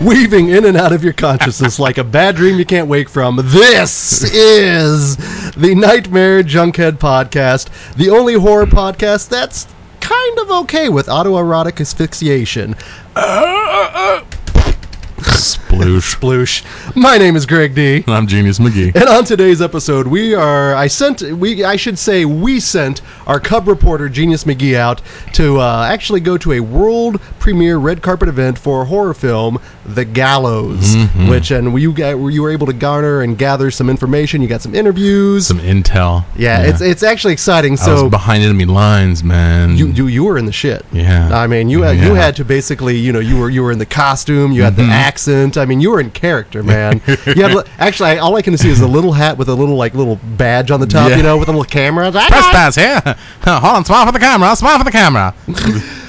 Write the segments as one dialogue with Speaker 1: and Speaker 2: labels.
Speaker 1: weaving in and out of your consciousness like a bad dream you can't wake from. This is the Nightmare Junkhead Podcast, the only horror podcast that's kind of okay with autoerotic asphyxiation.
Speaker 2: Sploosh.
Speaker 1: Sploosh. My name is Greg D.
Speaker 2: I'm Genius McGee.
Speaker 1: And on today's episode, we are I sent we I should say we sent our cub reporter Genius McGee out to uh, actually go to a world premiere red carpet event for a horror film, The Gallows,
Speaker 2: Mm-hmm.
Speaker 1: which and you got you were able to garner and gather some information. You got some interviews.
Speaker 2: Some intel.
Speaker 1: yeah, it's it's actually exciting.
Speaker 2: I was
Speaker 1: So
Speaker 2: behind enemy lines, man.
Speaker 1: you, you you were in the shit.
Speaker 2: Yeah.
Speaker 1: I mean you had, you
Speaker 2: Yeah. Mm-hmm.
Speaker 1: had to basically you know you were you were in the costume, you had the accent. I mean you were in character, man. you had li- actually I, all I can see is a little hat with a little like little badge on the top,
Speaker 2: Yeah.
Speaker 1: you know, with a little camera.
Speaker 2: press pass here. Hold on, smile for the camera. Smile for the camera.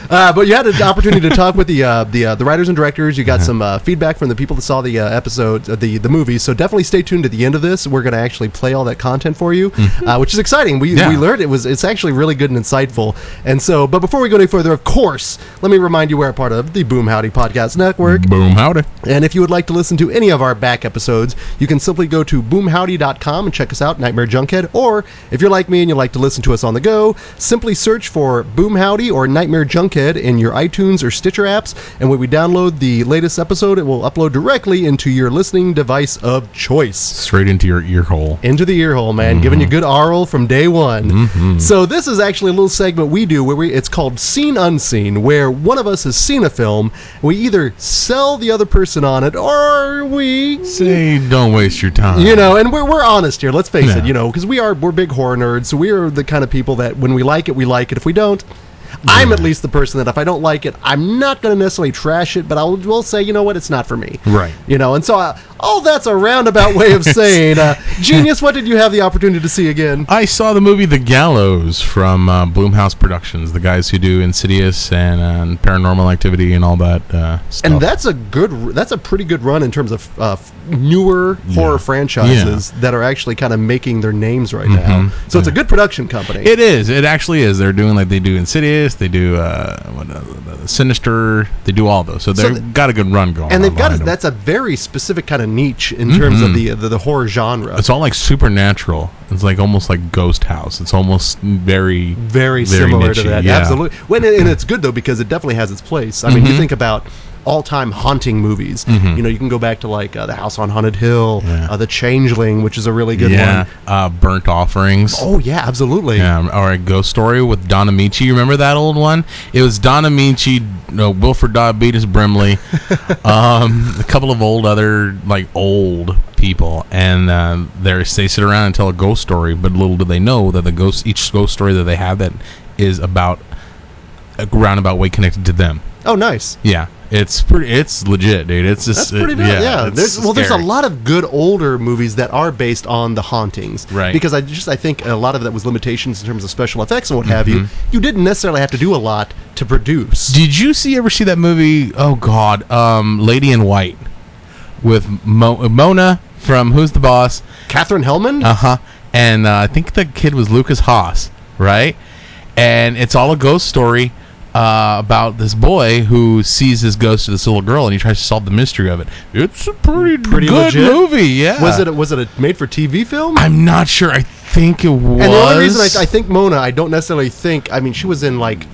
Speaker 1: Uh, but you had an opportunity to talk with the uh, the uh, the writers and directors. You got some uh, feedback from the people that saw the uh, episode, uh, the the movie. So definitely stay tuned to the end of this. We're going to actually play all that content for you, uh, which is exciting. We
Speaker 2: Yeah.
Speaker 1: we learned it was it's actually really good and insightful. And so, but before we go any further, of course, let me remind you we're a part of the Boom Howdy Podcast Network.
Speaker 2: Boom, howdy.
Speaker 1: And if you would like to listen to any of our back episodes, you can simply go to boomhowdy.com and check us out, Nightmare Junkhead. Or if you're like me and you like to listen to us on the go, simply search for Boom Howdy or Nightmare Junkhead in your iTunes or Stitcher apps. And when we download the latest episode, it will upload directly into your listening device of choice
Speaker 2: Straight into your ear hole.
Speaker 1: into the ear hole, man, giving you good aural from day one. So this is actually a little segment we do where we it's called Seen Unseen, where one of us has seen a film, we either sell the other person on it or we
Speaker 2: Say, don't waste your time.
Speaker 1: you know, and we're, we're honest here. Let's face it,
Speaker 2: Yeah.
Speaker 1: you know, because we are we're big horror nerds. So we are the kind of people that when we like it, we like it. If we don't, I'm at least the person that if I don't like it, I'm not going to necessarily trash it, but I will, will say, you know what, it's not for me.
Speaker 2: Right.
Speaker 1: You know, and so uh, oh, that's a roundabout way of saying, uh, genius. What did you have the opportunity to see again?
Speaker 2: I saw the movie The Gallows from uh, Bloomhouse Productions, the guys who do Insidious and, uh, and Paranormal Activity and all that uh, stuff.
Speaker 1: And that's a good, that's a pretty good run in terms of uh, f- newer horror franchises that are actually kind of making their names right
Speaker 2: Mm-hmm.
Speaker 1: now. So it's a good production company.
Speaker 2: It is. It actually is. They're doing like they do Insidious. They do uh, what, uh Sinister. They do all those. So
Speaker 1: So
Speaker 2: they've got a good run going.
Speaker 1: and they've
Speaker 2: on
Speaker 1: got
Speaker 2: behind
Speaker 1: a,
Speaker 2: them.
Speaker 1: that's a very specific kind of niche in terms of
Speaker 2: Mm-hmm.
Speaker 1: the, the the horror genre.
Speaker 2: It's all like supernatural. It's like almost like Ghost House. It's almost very
Speaker 1: very,
Speaker 2: very
Speaker 1: similar to
Speaker 2: niche-y,
Speaker 1: that,
Speaker 2: yeah. Mm-hmm.
Speaker 1: absolutely. When and it's good though because it definitely has its place. I mean, you think about all-time haunting movies. You know, you can go back to like uh, The House on Haunted Hill,
Speaker 2: Yeah.
Speaker 1: uh, The Changeling, which is a really good
Speaker 2: yeah.
Speaker 1: one.
Speaker 2: Uh, burnt offerings.
Speaker 1: Oh yeah, absolutely.
Speaker 2: Um, or a ghost story with Don Amici. You remember that old one? It was Don Amici, no, Wilfred Diabetes Brimley, um, a couple of old other like old people, and uh, they they sit around and tell a ghost story. But little do they know that the ghost each ghost story that they have that is about a roundabout way connected to them.
Speaker 1: Oh, nice.
Speaker 2: Yeah, it's pretty. It's legit, dude. It's
Speaker 1: That's
Speaker 2: just
Speaker 1: pretty
Speaker 2: it-
Speaker 1: good. Yeah.
Speaker 2: it's
Speaker 1: There's, well, there's a
Speaker 2: scary.
Speaker 1: lot of good older movies that are based on the hauntings,
Speaker 2: Right.
Speaker 1: Because I just I think a lot of that was limitations in terms of special effects and what have you.
Speaker 2: Mm-hmm.
Speaker 1: You didn't necessarily have to do a lot to produce.
Speaker 2: Did you see ever see that movie? Oh God, um, Lady in White with Mo- Mona from Who's the Boss?
Speaker 1: Catherine Hellman.
Speaker 2: Uh huh. And uh, I think the kid was Lucas Haas, right? And it's all a ghost story uh, about this boy who sees this ghost of this little girl, and he tries to solve the mystery of it. It's a pretty,
Speaker 1: Pretty
Speaker 2: good
Speaker 1: legit?
Speaker 2: movie. Yeah.
Speaker 1: was it a, was it a made for TV film?
Speaker 2: I'm not sure. I think it was.
Speaker 1: and the only reason I, I think Mona, I don't necessarily think. I mean, she was in like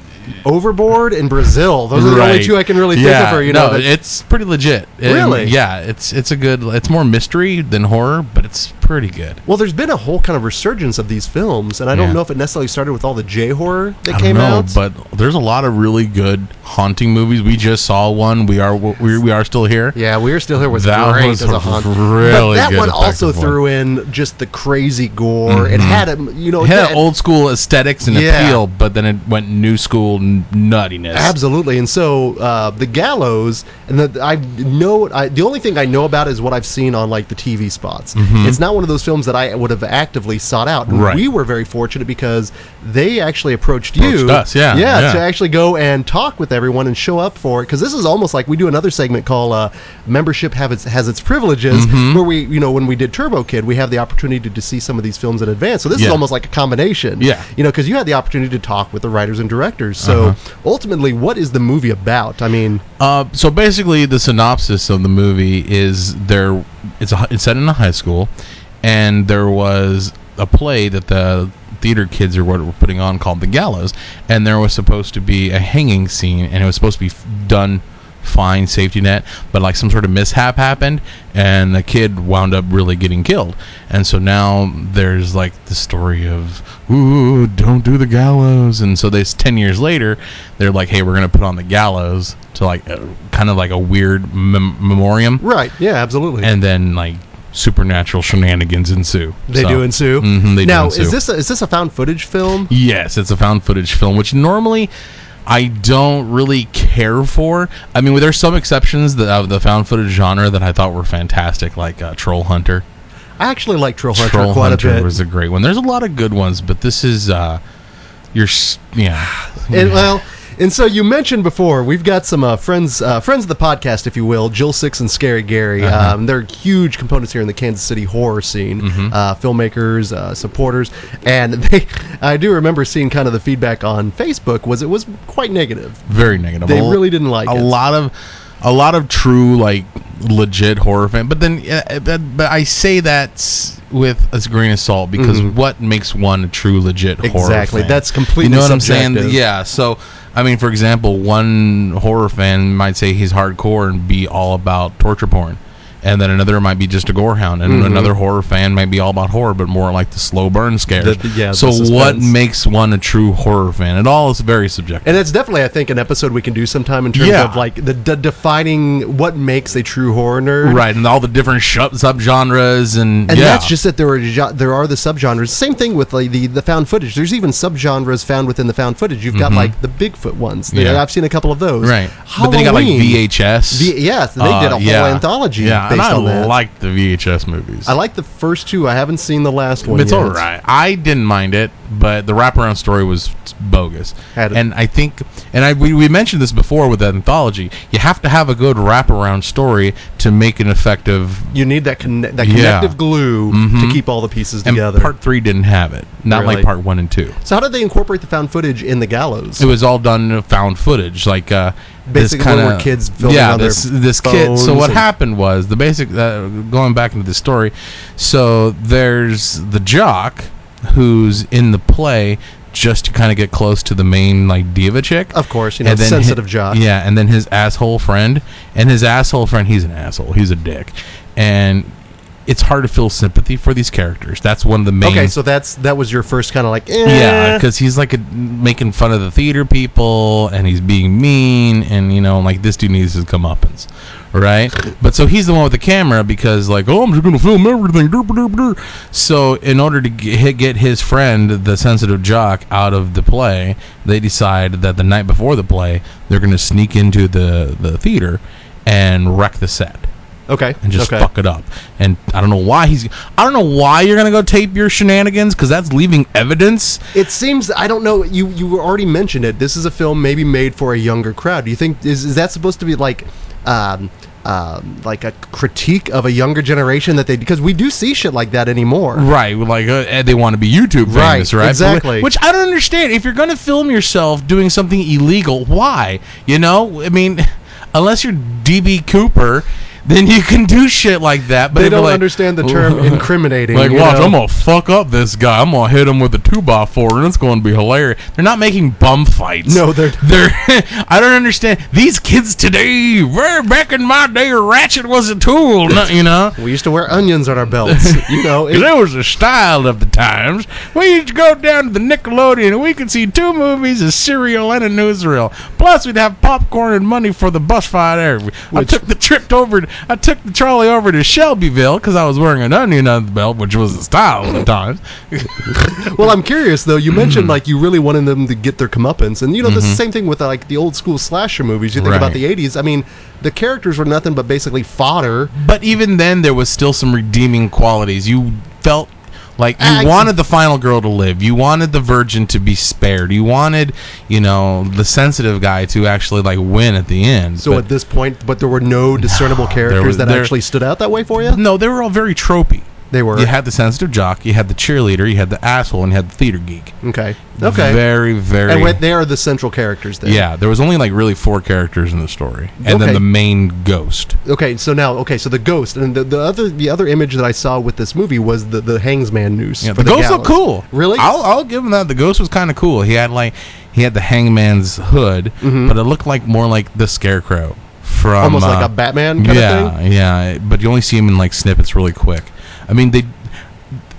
Speaker 1: Overboard in Brazil. Those are the only
Speaker 2: Right.
Speaker 1: two I can really think
Speaker 2: Yeah,
Speaker 1: of her. You know,
Speaker 2: no,
Speaker 1: that-
Speaker 2: it's pretty legit. And,
Speaker 1: Really?
Speaker 2: yeah, it's it's a good. It's more mystery than horror, but it's pretty good.
Speaker 1: Well, there's been a whole kind of resurgence of these films, and I don't
Speaker 2: Yeah.
Speaker 1: know if it necessarily started with all the J horror that
Speaker 2: I don't
Speaker 1: came
Speaker 2: know,
Speaker 1: out.
Speaker 2: but there's a lot of really good haunting movies. We just saw one. We are we, we are still here.
Speaker 1: yeah, we are still here with
Speaker 2: That
Speaker 1: great
Speaker 2: was
Speaker 1: as a haunt.
Speaker 2: really
Speaker 1: but that
Speaker 2: good
Speaker 1: one also
Speaker 2: effective one. Mm-hmm.
Speaker 1: threw in just the crazy gore. It had a you know
Speaker 2: It had
Speaker 1: that-
Speaker 2: old school aesthetics and
Speaker 1: Yeah.
Speaker 2: appeal, but then it went new school n- nuttiness.
Speaker 1: Absolutely, and so uh, the gallows, and the, I know I, the only thing I know about is what I've seen on like the TV spots. It's not one of those films that I would have actively sought out. And
Speaker 2: Mm-hmm. Right.
Speaker 1: We were very fortunate because they actually approached you,
Speaker 2: Approached us, yeah,
Speaker 1: yeah,
Speaker 2: yeah.
Speaker 1: to actually go and talk with everyone and show up for it. Because this is almost like we do another segment called uh, "Membership Have Its, Has Its Privileges,"
Speaker 2: Mm-hmm.
Speaker 1: where we, you know, when we did Turbo Kid, we have the opportunity to see some of these films in advance. So this is
Speaker 2: Yeah.
Speaker 1: almost like a combination,
Speaker 2: Yeah.
Speaker 1: you know, because you had the opportunity to talk with the writers and directors. So
Speaker 2: Uh-huh.
Speaker 1: ultimately, what is the movie about? I mean,
Speaker 2: Uh, so basically, the synopsis of the movie is there. It's a, it's set in a high school, and there was a play that the theater kids or what were putting on called the gallows, and there was supposed to be a hanging scene, and it was supposed to be f- done fine safety net but like some sort of mishap happened and the kid wound up really getting killed and so now there's like the story of ooh don't do the gallows and so this 10 years later they're like hey we're gonna put on the gallows to like uh, kind of like a weird mem- memoriam
Speaker 1: right? Yeah, absolutely.
Speaker 2: and then like supernatural shenanigans ensue
Speaker 1: they
Speaker 2: So-
Speaker 1: do ensue.
Speaker 2: Mhm, they do
Speaker 1: now,
Speaker 2: ensue.
Speaker 1: is this a, is this a found footage film?
Speaker 2: Yes, it's a found footage film, which normally I don't really care for. I mean, there's some exceptions that of the found footage genre that I thought were fantastic, like uh, Troll Hunter.
Speaker 1: I actually like Troll Hunter
Speaker 2: Troll
Speaker 1: quite
Speaker 2: Hunter
Speaker 1: a bit.
Speaker 2: was a great one. There's a lot of good ones, but this is uh, your s- yeah.
Speaker 1: and well and so you mentioned before we've got some uh, friends uh, friends of the podcast if you will jill six and scary gary
Speaker 2: Uh-huh.
Speaker 1: um, they're huge components here in the kansas city horror scene
Speaker 2: Mm-hmm.
Speaker 1: uh, filmmakers uh, supporters and they i do remember seeing kind of the feedback on facebook was it was quite negative
Speaker 2: very negative.
Speaker 1: They
Speaker 2: A l-
Speaker 1: really didn't like
Speaker 2: a
Speaker 1: it.
Speaker 2: lot of a lot of true like legit horror fan. But then, uh, but, but I say that s- with a grain of salt because what makes one a true legit horror?
Speaker 1: Mm-hmm. Exactly.
Speaker 2: fan?
Speaker 1: That's completely
Speaker 2: You know what I'm
Speaker 1: subjective.
Speaker 2: saying? Yeah. So I mean, for example, one horror fan might say he's hardcore and be all about torture porn. And then another might be just a gorehound,
Speaker 1: Mm-hmm.
Speaker 2: and another horror fan might be all about horror, but more like the slow burn scares.
Speaker 1: The- yeah, the
Speaker 2: so what
Speaker 1: suspense.
Speaker 2: makes one a true horror fan? It all is very subjective.
Speaker 1: and that's definitely i think an episode we can do sometime in terms
Speaker 2: Yeah.
Speaker 1: of like the, the defining what makes a true horror nerd
Speaker 2: right and all the different sh- subgenres and,
Speaker 1: And
Speaker 2: yeah.
Speaker 1: that's just that there are jo- there are the subgenres. Same thing with like the, the found footage. There's even subgenres found within the found footage. You've got like the Bigfoot ones. They-
Speaker 2: Mm-hmm. Yeah.
Speaker 1: I've seen a couple of those.
Speaker 2: right
Speaker 1: Halloween.
Speaker 2: but then you got like vhs
Speaker 1: V- yeah, so they did a
Speaker 2: Uh,
Speaker 1: whole anthology
Speaker 2: yeah
Speaker 1: based
Speaker 2: and i
Speaker 1: on that.
Speaker 2: like the vhs movies
Speaker 1: I like the first two. I haven't seen the last one.
Speaker 2: it's
Speaker 1: yet.
Speaker 2: all right i didn't mind it but the wraparound story was bogus
Speaker 1: Had it.
Speaker 2: and i think and i we, we mentioned this before with that anthology you have to have a good wraparound story to make an effective
Speaker 1: You need that conne- that
Speaker 2: Yeah. Mm-hmm.
Speaker 1: connective glue to keep all the pieces
Speaker 2: and
Speaker 1: together.
Speaker 2: part three didn't have it not
Speaker 1: Really?
Speaker 2: like part one and two
Speaker 1: so how did they incorporate the found footage in the gallows?
Speaker 2: it was all done in found footage, like uh,
Speaker 1: Basically,
Speaker 2: this
Speaker 1: when
Speaker 2: kind
Speaker 1: we're
Speaker 2: of
Speaker 1: kids filming
Speaker 2: yeah,
Speaker 1: on their
Speaker 2: this this kid. So
Speaker 1: phones
Speaker 2: what
Speaker 1: and-
Speaker 2: happened was the basic uh, going back into the story. So there's the jock who's in the play just to kind of get close to the main like diva chick.
Speaker 1: Of course, you know,
Speaker 2: then hi-
Speaker 1: sensitive jock.
Speaker 2: Yeah, and then his asshole friend, and his asshole friend, he's an asshole. He's a dick, and. It's hard to feel sympathy for these characters. That's one of the main
Speaker 1: Okay, so that's that was your first kind of like eh.
Speaker 2: yeah, because he's like a, making fun of the theater people, and he's being mean, and you know, like this dude needs his comeuppance, right? But so he's the one with the camera because, like, oh, I'm just gonna film everything. derp, derp, derp." So in order to g- hit- get his friend, the sensitive jock, out of the play, they decide that the night before the play, they're gonna sneak into the the theater and wreck the set
Speaker 1: Okay.
Speaker 2: and just
Speaker 1: okay.
Speaker 2: fuck it up. And I don't know why he's. I don't know why you're gonna go tape your shenanigans because that's leaving evidence.
Speaker 1: It seems I don't know. You you already mentioned it. This is a film maybe made for a younger crowd. Do you think is, is that supposed to be like, um, um, like a critique of a younger generation that they because we do see shit like that anymore.
Speaker 2: Right, like uh, and they want to be YouTube
Speaker 1: Right,
Speaker 2: famous, right?
Speaker 1: exactly.
Speaker 2: Which I don't understand. If you're going to film yourself doing something illegal, why? You know, I mean, unless you're DB Cooper, then you can do shit like that. But
Speaker 1: They
Speaker 2: if you're
Speaker 1: don't
Speaker 2: like-
Speaker 1: understand the term incriminating.
Speaker 2: Like,
Speaker 1: you
Speaker 2: watch,
Speaker 1: know?
Speaker 2: I'm gonna fuck up this guy. I'm gonna hit him with a two by four, and it's gonna be hilarious. They're not making bum fights.
Speaker 1: No, they're-
Speaker 2: they're. I don't understand these kids today. Where back in my day, a ratchet was a tool. Not, you know.
Speaker 1: we used to wear onions on our belts. you know, it-
Speaker 2: Because that was the style of the times. We used to go down to the Nickelodeon and we could see two movies, a serial and a newsreel. Plus, we'd have popcorn and money for the bus fare. I took the trip over I took the trolley over to Shelbyville because I was wearing an onion on the belt, which was the style at the time.
Speaker 1: Well, I'm curious though. You mentioned
Speaker 2: Hmm.
Speaker 1: like you really wanted them to get their comeuppance, and you know the same thing with uh, like the old school slasher movies. You think about
Speaker 2: Mm-hmm. Right.
Speaker 1: the '80s. I mean, the characters were nothing but basically fodder.
Speaker 2: But even then, there was still some redeeming qualities. You felt like you
Speaker 1: I-
Speaker 2: wanted the final girl to live. You wanted the virgin to be spared. You wanted, you know, the sensitive guy to actually like win at the end.
Speaker 1: So
Speaker 2: But-
Speaker 1: at this point, but there were no discernible characters
Speaker 2: was-
Speaker 1: that
Speaker 2: there-
Speaker 1: actually stood out that way for you.
Speaker 2: no, they were all very tropey.
Speaker 1: They were
Speaker 2: You had the sensitive jock, you had the cheerleader, you had the asshole, and you had the theater geek.
Speaker 1: okay, okay.
Speaker 2: Very, very.
Speaker 1: and when, they are the central characters there.
Speaker 2: yeah, there was only like really four characters in the story, and
Speaker 1: Okay.
Speaker 2: then the main ghost.
Speaker 1: Okay, so now okay, so the ghost and the, the other the other image that I saw with this movie was the the hangsman noose.
Speaker 2: Yeah,
Speaker 1: for
Speaker 2: the, ghost looked
Speaker 1: gallows.
Speaker 2: cool.
Speaker 1: Really?
Speaker 2: I'll, I'll give him that. The ghost was kind of cool. He had like he had the hangman's hood, but it looked like more like the scarecrow from
Speaker 1: Mm-hmm. Almost
Speaker 2: uh,
Speaker 1: like a Batman kind
Speaker 2: yeah,
Speaker 1: of thing.
Speaker 2: yeah. But you only see him in like snippets really quick. I mean they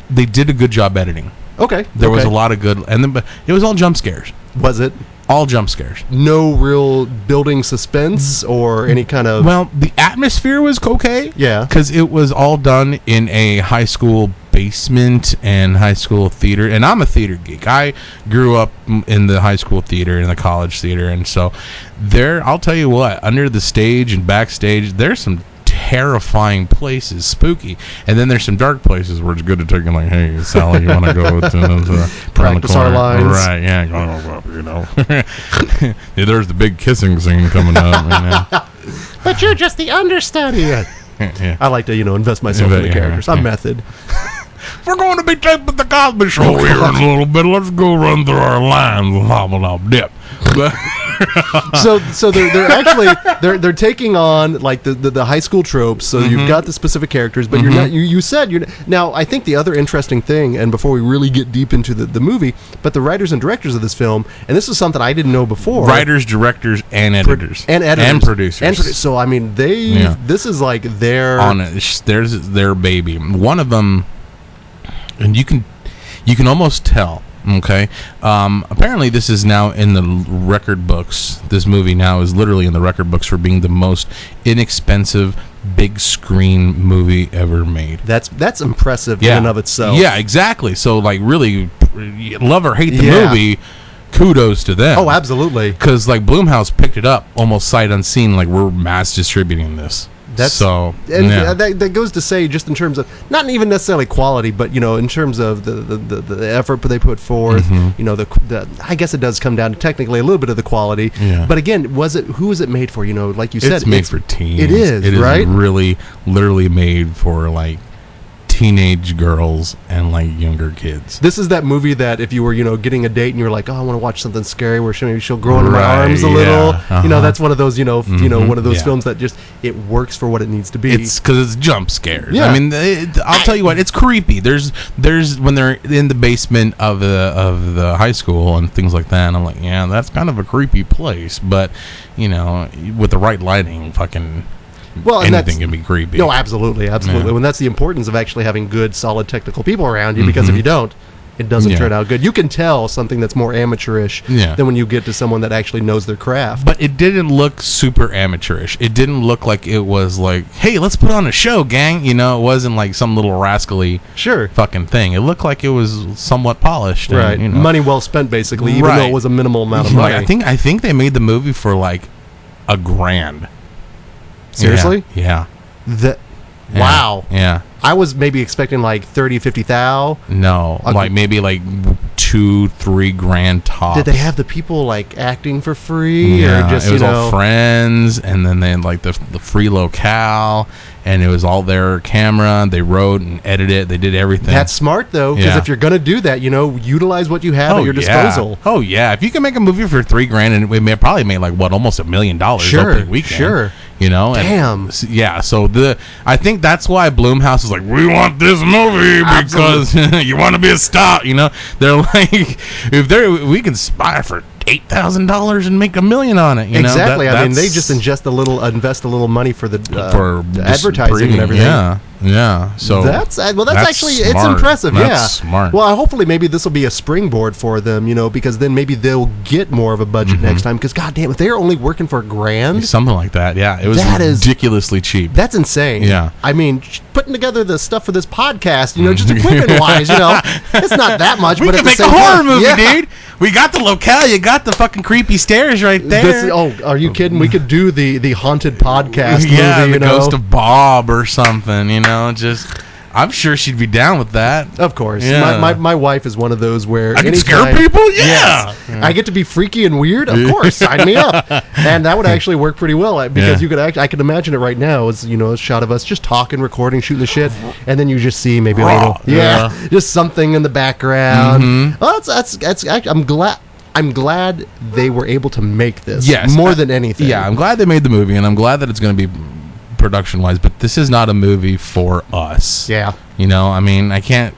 Speaker 2: they did a good job editing.
Speaker 1: Okay,
Speaker 2: There was
Speaker 1: okay.
Speaker 2: a lot of good, and then but it was all jump scares.
Speaker 1: Was it
Speaker 2: All jump scares.
Speaker 1: no real building suspense or any kind of?
Speaker 2: Well, the atmosphere was okay.
Speaker 1: Yeah.
Speaker 2: Because it was all done in a high school basement and high school theater. And I'm a theater geek. I grew up m- in the high school theater and the college theater. And so there, I'll tell you what, under the stage and backstage, there's some terrifying places, spooky. And then there's some dark places where it's good to take and like, hey, Sally, you want to go to around the
Speaker 1: Practice our
Speaker 2: corner?"
Speaker 1: lines.
Speaker 2: Right. Right, yeah, going up, you know. Yeah, there's the big kissing scene coming up. you
Speaker 1: but you're just the understudy.
Speaker 2: know. yeah.
Speaker 1: I like to you know invest myself in the
Speaker 2: Yeah,
Speaker 1: characters.
Speaker 2: yeah.
Speaker 1: I'm method.
Speaker 2: We're going to be taping the Cosby Show here in a little bit. Let's go run through our lines with Hobble Dip. But
Speaker 1: so so they're, they're actually they're they're taking on like the, the, the high school tropes. So
Speaker 2: Mm-hmm.
Speaker 1: you've got the specific characters, but you're not you you said you're now. I think the other interesting thing, and before we really get deep into the, the movie, but the writers and directors of this film, and this is something I didn't know before.
Speaker 2: writers, directors, and editors,
Speaker 1: and editors
Speaker 2: and producers,
Speaker 1: and produ- so I mean they
Speaker 2: Yeah.
Speaker 1: this is like their
Speaker 2: on it. Sh- There's their baby. One of them, and you can, you can almost tell. Okay. Um, apparently, this is now in the l- record books. This movie now is literally in the record books for being the most inexpensive big screen movie ever made.
Speaker 1: that's that's impressive in and of itself.
Speaker 2: Yeah, exactly. So like, really, love or hate the
Speaker 1: Yeah.
Speaker 2: movie, kudos to them.
Speaker 1: Oh, absolutely.
Speaker 2: Because like Bloomhouse picked it up almost sight unseen. Like we're mass distributing this.
Speaker 1: That's-
Speaker 2: so
Speaker 1: and
Speaker 2: yeah.
Speaker 1: uh, that, that goes to say just in terms of not even necessarily quality but you know in terms of the the, the, the effort they put forth
Speaker 2: Mm-hmm.
Speaker 1: you know the, the i guess it does come down to technically a little bit of the quality
Speaker 2: Yeah.
Speaker 1: but again was it who is it made for you know like you said
Speaker 2: it's made for teens.
Speaker 1: it is,
Speaker 2: It is
Speaker 1: right?
Speaker 2: really, literally made for like teenage girls and like younger kids.
Speaker 1: this is that movie that if you were you know getting a date and you're like oh i want to watch something scary where she, maybe she'll grow into my
Speaker 2: Right,
Speaker 1: arms a
Speaker 2: yeah,
Speaker 1: little you know
Speaker 2: uh-huh.
Speaker 1: that's one of those you know f- you know
Speaker 2: Mhm,
Speaker 1: one of those
Speaker 2: yeah.
Speaker 1: films that just it works for what it needs to be
Speaker 2: It's because it's jump scares.
Speaker 1: Yeah.
Speaker 2: I mean, it, I'll tell you what, it's creepy. There's there's when they're in the basement of the of the high school and things like that. And I'm like, yeah, that's kind of a creepy place. But you know, with the right lighting, fucking
Speaker 1: Well, and that's-
Speaker 2: anything can be creepy.
Speaker 1: No, absolutely, absolutely.
Speaker 2: Yeah.
Speaker 1: And that's the importance of actually having good, solid technical people around you. Because if you don't, it doesn't
Speaker 2: Mm-hmm. Yeah.
Speaker 1: turn out good. You can tell something that's more amateurish
Speaker 2: Yeah.
Speaker 1: than when you get to someone that actually knows their craft.
Speaker 2: but it didn't look super amateurish. It didn't look like it was like, hey, let's put on a show, gang. You know, it wasn't like some little rascally
Speaker 1: Sure,
Speaker 2: fucking thing. It looked like it was somewhat polished. and,
Speaker 1: right?
Speaker 2: you know.
Speaker 1: Money well spent, basically, even though
Speaker 2: Right.
Speaker 1: it was a minimal amount of
Speaker 2: Like,
Speaker 1: money.
Speaker 2: I think I think they made the movie for like a grand.
Speaker 1: seriously,
Speaker 2: Yeah.
Speaker 1: that
Speaker 2: yeah,
Speaker 1: wow.
Speaker 2: Yeah.
Speaker 1: I was maybe expecting like 30, 50 thou.
Speaker 2: No.
Speaker 1: Okay.
Speaker 2: Like maybe like two, three grand tops.
Speaker 1: Did they have the people like acting for free
Speaker 2: yeah,
Speaker 1: or just
Speaker 2: it was
Speaker 1: you know?
Speaker 2: all friends, and then they had like the the free locale, and it was all their camera. They wrote and edited it. They did everything.
Speaker 1: That's smart though, because
Speaker 2: Yeah.
Speaker 1: if you're gonna do that, you know, utilize what you have at your
Speaker 2: Oh, yeah.
Speaker 1: disposal.
Speaker 2: Oh yeah, if you can make a movie for three grand, and we may probably made like what almost a million dollars.
Speaker 1: Sure,
Speaker 2: opening weekend,
Speaker 1: sure.
Speaker 2: You know, and-
Speaker 1: Damn.
Speaker 2: s- yeah. So the I think that's why Bloomhouse is like, we want this movie because you want to be a star. You know, they're like, if they are we can spy for eight thousand dollars and make a million on it. You
Speaker 1: exactly.
Speaker 2: Know? That-
Speaker 1: I mean, they
Speaker 2: that's-
Speaker 1: just ingest a little, invest a little money for the uh,
Speaker 2: for
Speaker 1: the
Speaker 2: dis-
Speaker 1: advertising
Speaker 2: breeding,
Speaker 1: and everything.
Speaker 2: Yeah, Yeah. So
Speaker 1: that's uh, well. That's,
Speaker 2: that's
Speaker 1: actually it's
Speaker 2: smart.
Speaker 1: impressive.
Speaker 2: That's
Speaker 1: yeah.
Speaker 2: smart.
Speaker 1: Well, hopefully maybe this will be a springboard for them, you know, because then maybe they'll get more of a budget
Speaker 2: Mm-hmm.
Speaker 1: next time. Because goddamn, if they're only working for a grand,
Speaker 2: something like that. Yeah, it was
Speaker 1: That is-
Speaker 2: ridiculously cheap.
Speaker 1: that's insane.
Speaker 2: Yeah.
Speaker 1: I mean, sh- putting together the stuff for this podcast, you know, just equipment wise, you know, it's not that much.
Speaker 2: we
Speaker 1: but
Speaker 2: could
Speaker 1: at the
Speaker 2: make a
Speaker 1: same
Speaker 2: horror
Speaker 1: time-
Speaker 2: movie,
Speaker 1: Yeah.
Speaker 2: dude. We got the locale. You got the fucking creepy stairs right there.
Speaker 1: This, oh, are you kidding? We could do the the haunted podcast
Speaker 2: yeah,
Speaker 1: movie.
Speaker 2: the
Speaker 1: you know,
Speaker 2: Ghost of Bob or something. You know, just I'm sure she'd be down with that.
Speaker 1: Of course.
Speaker 2: Yeah.
Speaker 1: My, my, my wife is one of those where
Speaker 2: I can
Speaker 1: anytime-
Speaker 2: scare people. Yeah.
Speaker 1: Yes. I get to be freaky and weird. Of course, sign me up. And that would actually work pretty well uh, because
Speaker 2: Yeah.
Speaker 1: you could act. I can imagine it right now. Is you know a shot of us just talking, recording, shooting the shit, and then you just see maybe a
Speaker 2: Raw.
Speaker 1: little yeah, just something in the background.
Speaker 2: Mm-hmm.
Speaker 1: Well, that's that's that's. act- I'm glad. I'm glad they were able to make this.
Speaker 2: Yes.
Speaker 1: more
Speaker 2: I-
Speaker 1: than anything.
Speaker 2: Yeah, I'm glad they made the movie, and I'm glad that it's going to be production wise. But this is not a movie for us.
Speaker 1: yeah.
Speaker 2: You know, I mean, I can't.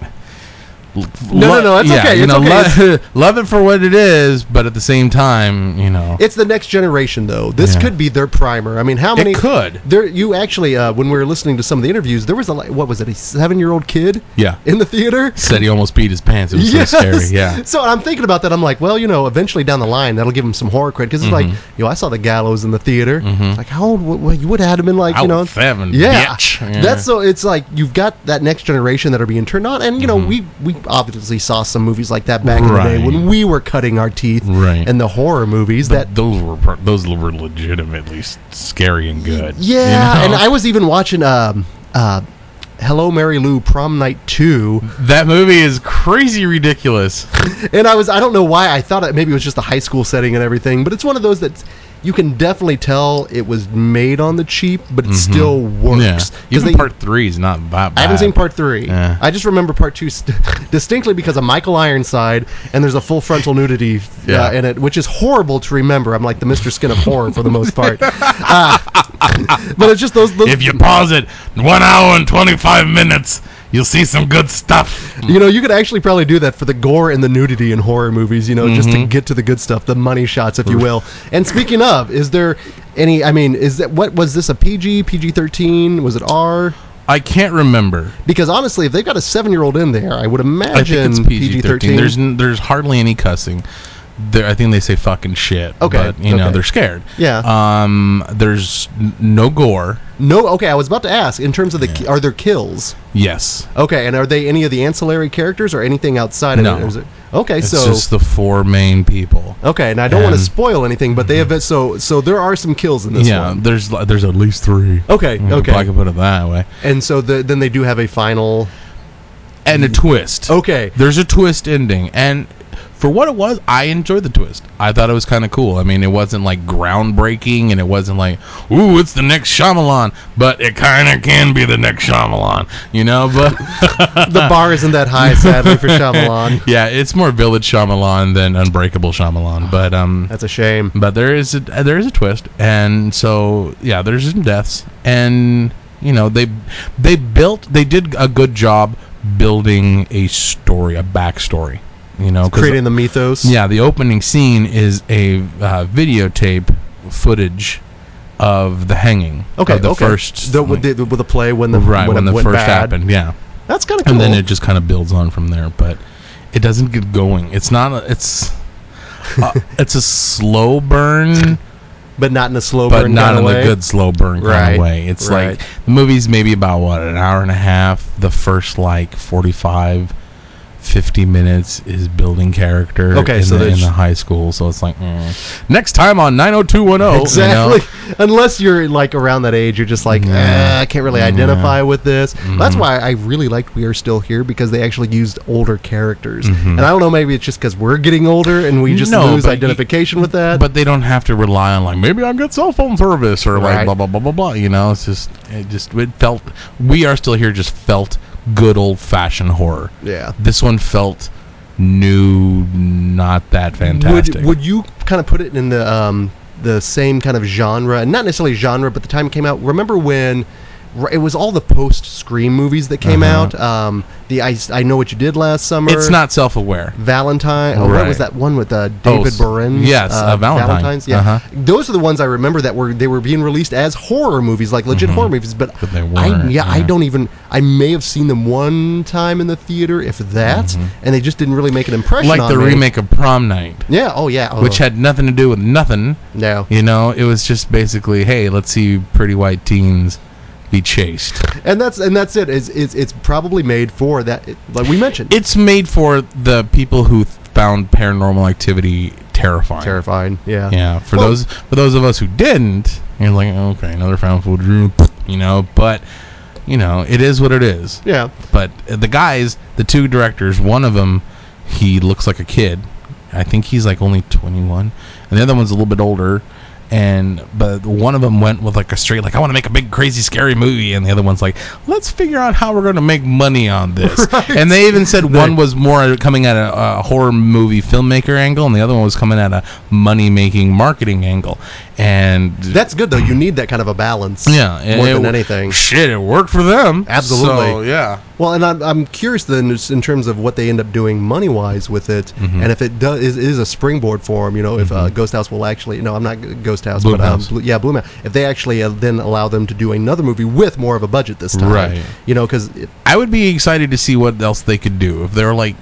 Speaker 2: No,
Speaker 1: no, no, it's okay,
Speaker 2: You
Speaker 1: it's
Speaker 2: know,
Speaker 1: okay,
Speaker 2: lo- love it for what it is, but at the same time, you know,
Speaker 1: It's the next generation, though. This
Speaker 2: Yeah.
Speaker 1: could be their primer. I mean, how many
Speaker 2: could.
Speaker 1: There, you actually, uh, when we were listening to some of the interviews, there was a like, what was it, a seven-year-old kid?
Speaker 2: Yeah.
Speaker 1: in the theater.
Speaker 2: said he almost peed his pants. It was
Speaker 1: Yes.
Speaker 2: so scary. Yeah.
Speaker 1: So I'm thinking about that. I'm like, well, you know, eventually down the line, that'll give him some horror credit because it's like,
Speaker 2: Mm-hmm.
Speaker 1: yo, I saw the gallows in the theater. Like, how old? w- Well, you would have had him in like,
Speaker 2: I
Speaker 1: you know,
Speaker 2: was Mm-hmm. seven,
Speaker 1: Yeah.
Speaker 2: bitch. Yeah.
Speaker 1: That's so. It's like you've got that next generation that are being turned on, and you know, we we obviously saw some movies like that back in the day
Speaker 2: Mm-hmm. Right.
Speaker 1: when we were cutting our teeth,
Speaker 2: Right.
Speaker 1: And the horror movies that
Speaker 2: those were pro- those were legitimately s- scary and good.
Speaker 1: Yeah,
Speaker 2: you know?
Speaker 1: and I was even watching um, uh, Hello Mary Lou Prom Night Two,
Speaker 2: that movie is crazy ridiculous.
Speaker 1: and I was I don't know why I thought it maybe it was just the high school setting and everything, but it's one of those that you can definitely tell it was made on the cheap, but it still
Speaker 2: Mm-hmm. yeah,
Speaker 1: works. 'Cause
Speaker 2: even
Speaker 1: they-
Speaker 2: part three is not that bad.
Speaker 1: I haven't seen part three.
Speaker 2: Yeah.
Speaker 1: I just remember part two st- distinctly because of Michael Ironside, and there's a full frontal nudity uh,
Speaker 2: Yeah.
Speaker 1: in it, which is horrible to remember. I'm like the Mr. Skin of horror for the most part. Uh, but it's just those. those
Speaker 2: If you pause it one hour and twenty five minutes, you'll see some good stuff.
Speaker 1: You know, you could actually probably do that for the gore and the nudity in horror movies, you know, just
Speaker 2: Mm-hmm.
Speaker 1: to get to the good stuff, the money shots, if you will. And speaking of, is there any, I mean, is that, what was this, a PG, PG 13? Was it R?
Speaker 2: I can't remember.
Speaker 1: Because honestly, if they've got a seven year old in there, I would
Speaker 2: I think
Speaker 1: imagine
Speaker 2: it's
Speaker 1: PG
Speaker 2: PG thirteen. There's
Speaker 1: 13.
Speaker 2: n- there's hardly any cussing. There, I think they say fucking shit.
Speaker 1: Okay,
Speaker 2: but, you know
Speaker 1: okay.
Speaker 2: they're scared.
Speaker 1: Yeah.
Speaker 2: Um. There's n- no gore.
Speaker 1: No, okay, I was about to ask, in terms of the, ki- are there kills?
Speaker 2: Yes.
Speaker 1: Okay, and are they any of the ancillary characters or anything outside of
Speaker 2: No.
Speaker 1: it? Or is it? Okay,
Speaker 2: It's
Speaker 1: so.
Speaker 2: just the four main people.
Speaker 1: okay, and I don't want to
Speaker 2: and-
Speaker 1: spoil anything, but they have, so, so there are some kills in this
Speaker 2: Mm-hmm. yeah.
Speaker 1: one.
Speaker 2: There's li- there's at least three.
Speaker 1: Okay,
Speaker 2: You know,
Speaker 1: okay.
Speaker 2: if I can put it that way.
Speaker 1: And so the, then they do have a final.
Speaker 2: And a twist.
Speaker 1: Okay.
Speaker 2: There's a twist ending, and for what it was, I enjoyed the twist. I thought it was kind of cool. I mean, it wasn't like groundbreaking, and it wasn't like, ooh, it's the next Shyamalan, but it kind of can be the next Shyamalan, you know. But
Speaker 1: the bar isn't that high, sadly, for Shyamalan.
Speaker 2: yeah, it's more Village Shyamalan than Unbreakable Shyamalan. But um,
Speaker 1: That's a shame.
Speaker 2: but there is a, there is a twist, and so yeah, there's some deaths, and you know they they built they did a good job building a story, a backstory, you know, 'cause-
Speaker 1: Creating the mythos.
Speaker 2: yeah, the opening scene is a uh, videotape footage of the hanging.
Speaker 1: Okay.
Speaker 2: of the
Speaker 1: okay.
Speaker 2: first
Speaker 1: the, with, the, with the play when the
Speaker 2: right
Speaker 1: when,
Speaker 2: when,
Speaker 1: it
Speaker 2: the
Speaker 1: went
Speaker 2: first
Speaker 1: bad.
Speaker 2: happened. Yeah,
Speaker 1: That's kind of cool.
Speaker 2: and then it just kind of builds on from there, but it doesn't get going. It's not. A, it's uh, it's a slow burn,
Speaker 1: but not in a slow
Speaker 2: but
Speaker 1: burn.
Speaker 2: not
Speaker 1: kinda
Speaker 2: in
Speaker 1: way.
Speaker 2: the good slow burn kind
Speaker 1: Right,
Speaker 2: of way. It's
Speaker 1: right.
Speaker 2: like the movie's maybe about what an hour and a half. The first like 45, 50 minutes is building character.
Speaker 1: Okay,
Speaker 2: in
Speaker 1: so
Speaker 2: the, in
Speaker 1: there's-
Speaker 2: the high school, so it's like mm. next time on nine hundred two one oh, zero.
Speaker 1: Exactly. Unless you're like around that age, you're just like,
Speaker 2: Yeah.
Speaker 1: "Ah, I can't really identify with this.
Speaker 2: Mm-hmm.
Speaker 1: That's why I really liked We Are Still Here because they actually used older characters. And I don't know, maybe it's just because we're getting older and we just
Speaker 2: Mm-hmm. No,
Speaker 1: lose
Speaker 2: but
Speaker 1: identification with that.
Speaker 2: But they don't have to rely on like maybe I've got cell phone service or
Speaker 1: Right.
Speaker 2: like blah blah blah blah blah. You know, it's just it just it felt we are still here. Just felt good old fashioned horror.
Speaker 1: yeah.
Speaker 2: This one felt new, not that fantastic.
Speaker 1: Would, would you kind of put it in the um, the same kind of genre, and not necessarily genre, but the time it came out? Remember when r- it was all the post Scream movies that came out. Um, the I, I know what you did last summer.
Speaker 2: Uh-huh. It's not self aware.
Speaker 1: Valentine. Oh, what was
Speaker 2: Right.
Speaker 1: that one with uh, David
Speaker 2: s-
Speaker 1: Burns?
Speaker 2: yes, uh, Valentine.
Speaker 1: Valentine's. Yeah,
Speaker 2: Uh-huh.
Speaker 1: those are the ones I remember that were they were being released as horror movies, like legit horror movies. But,
Speaker 2: Mm-hmm. But they
Speaker 1: I,
Speaker 2: weren't,
Speaker 1: yeah, I
Speaker 2: yeah.
Speaker 1: don't even. I may have seen them one time in the theater, if that, and they just didn't really make an impression.
Speaker 2: Mm-hmm. Like
Speaker 1: on
Speaker 2: the
Speaker 1: me.
Speaker 2: remake of Prom Night,
Speaker 1: Yeah. Oh yeah. Oh,
Speaker 2: which had nothing to do with nothing.
Speaker 1: no.
Speaker 2: You know, it was just basically, hey, let's see pretty white teens be chased.
Speaker 1: And that's and that's it. It's it's, it's probably made for that. Like we mentioned,
Speaker 2: It's made for the people who found paranormal activity terrifying.
Speaker 1: terrifying. Yeah.
Speaker 2: Yeah, for
Speaker 1: Well-
Speaker 2: those for those of us who didn't, you're like, okay, another found footage, you know, but you know, it is what it is.
Speaker 1: Yeah.
Speaker 2: But uh, the guys, the two directors, one of them, he looks like a kid. I think he's like only 21, and the other one's a little bit older. And but one of them went with like a straight like I want to make a big crazy scary movie, and the other one's like let's figure out how we're going to make money on this. And they even said one was more coming at a, a horror movie filmmaker angle, and the other one was coming at a money making marketing angle. And
Speaker 1: That's good though. You need that kind of a balance.
Speaker 2: yeah,
Speaker 1: More
Speaker 2: it-
Speaker 1: than anything.
Speaker 2: shit, it worked for them.
Speaker 1: Absolutely.
Speaker 2: So, yeah.
Speaker 1: Well, and I'm, I'm curious then just in terms of what they end up doing money wise with it,
Speaker 2: Mm-hmm.
Speaker 1: and if it does is, is a springboard for them. You know, if uh, Ghost House will actually no, I'm not g- Ghost House, but um,
Speaker 2: Blumhouse.
Speaker 1: Blu- yeah, Bloom. If they actually uh, then allow them to do another movie with more of a budget this time,
Speaker 2: Right.
Speaker 1: You know, because
Speaker 2: I would be excited to see what else they could do if they're like,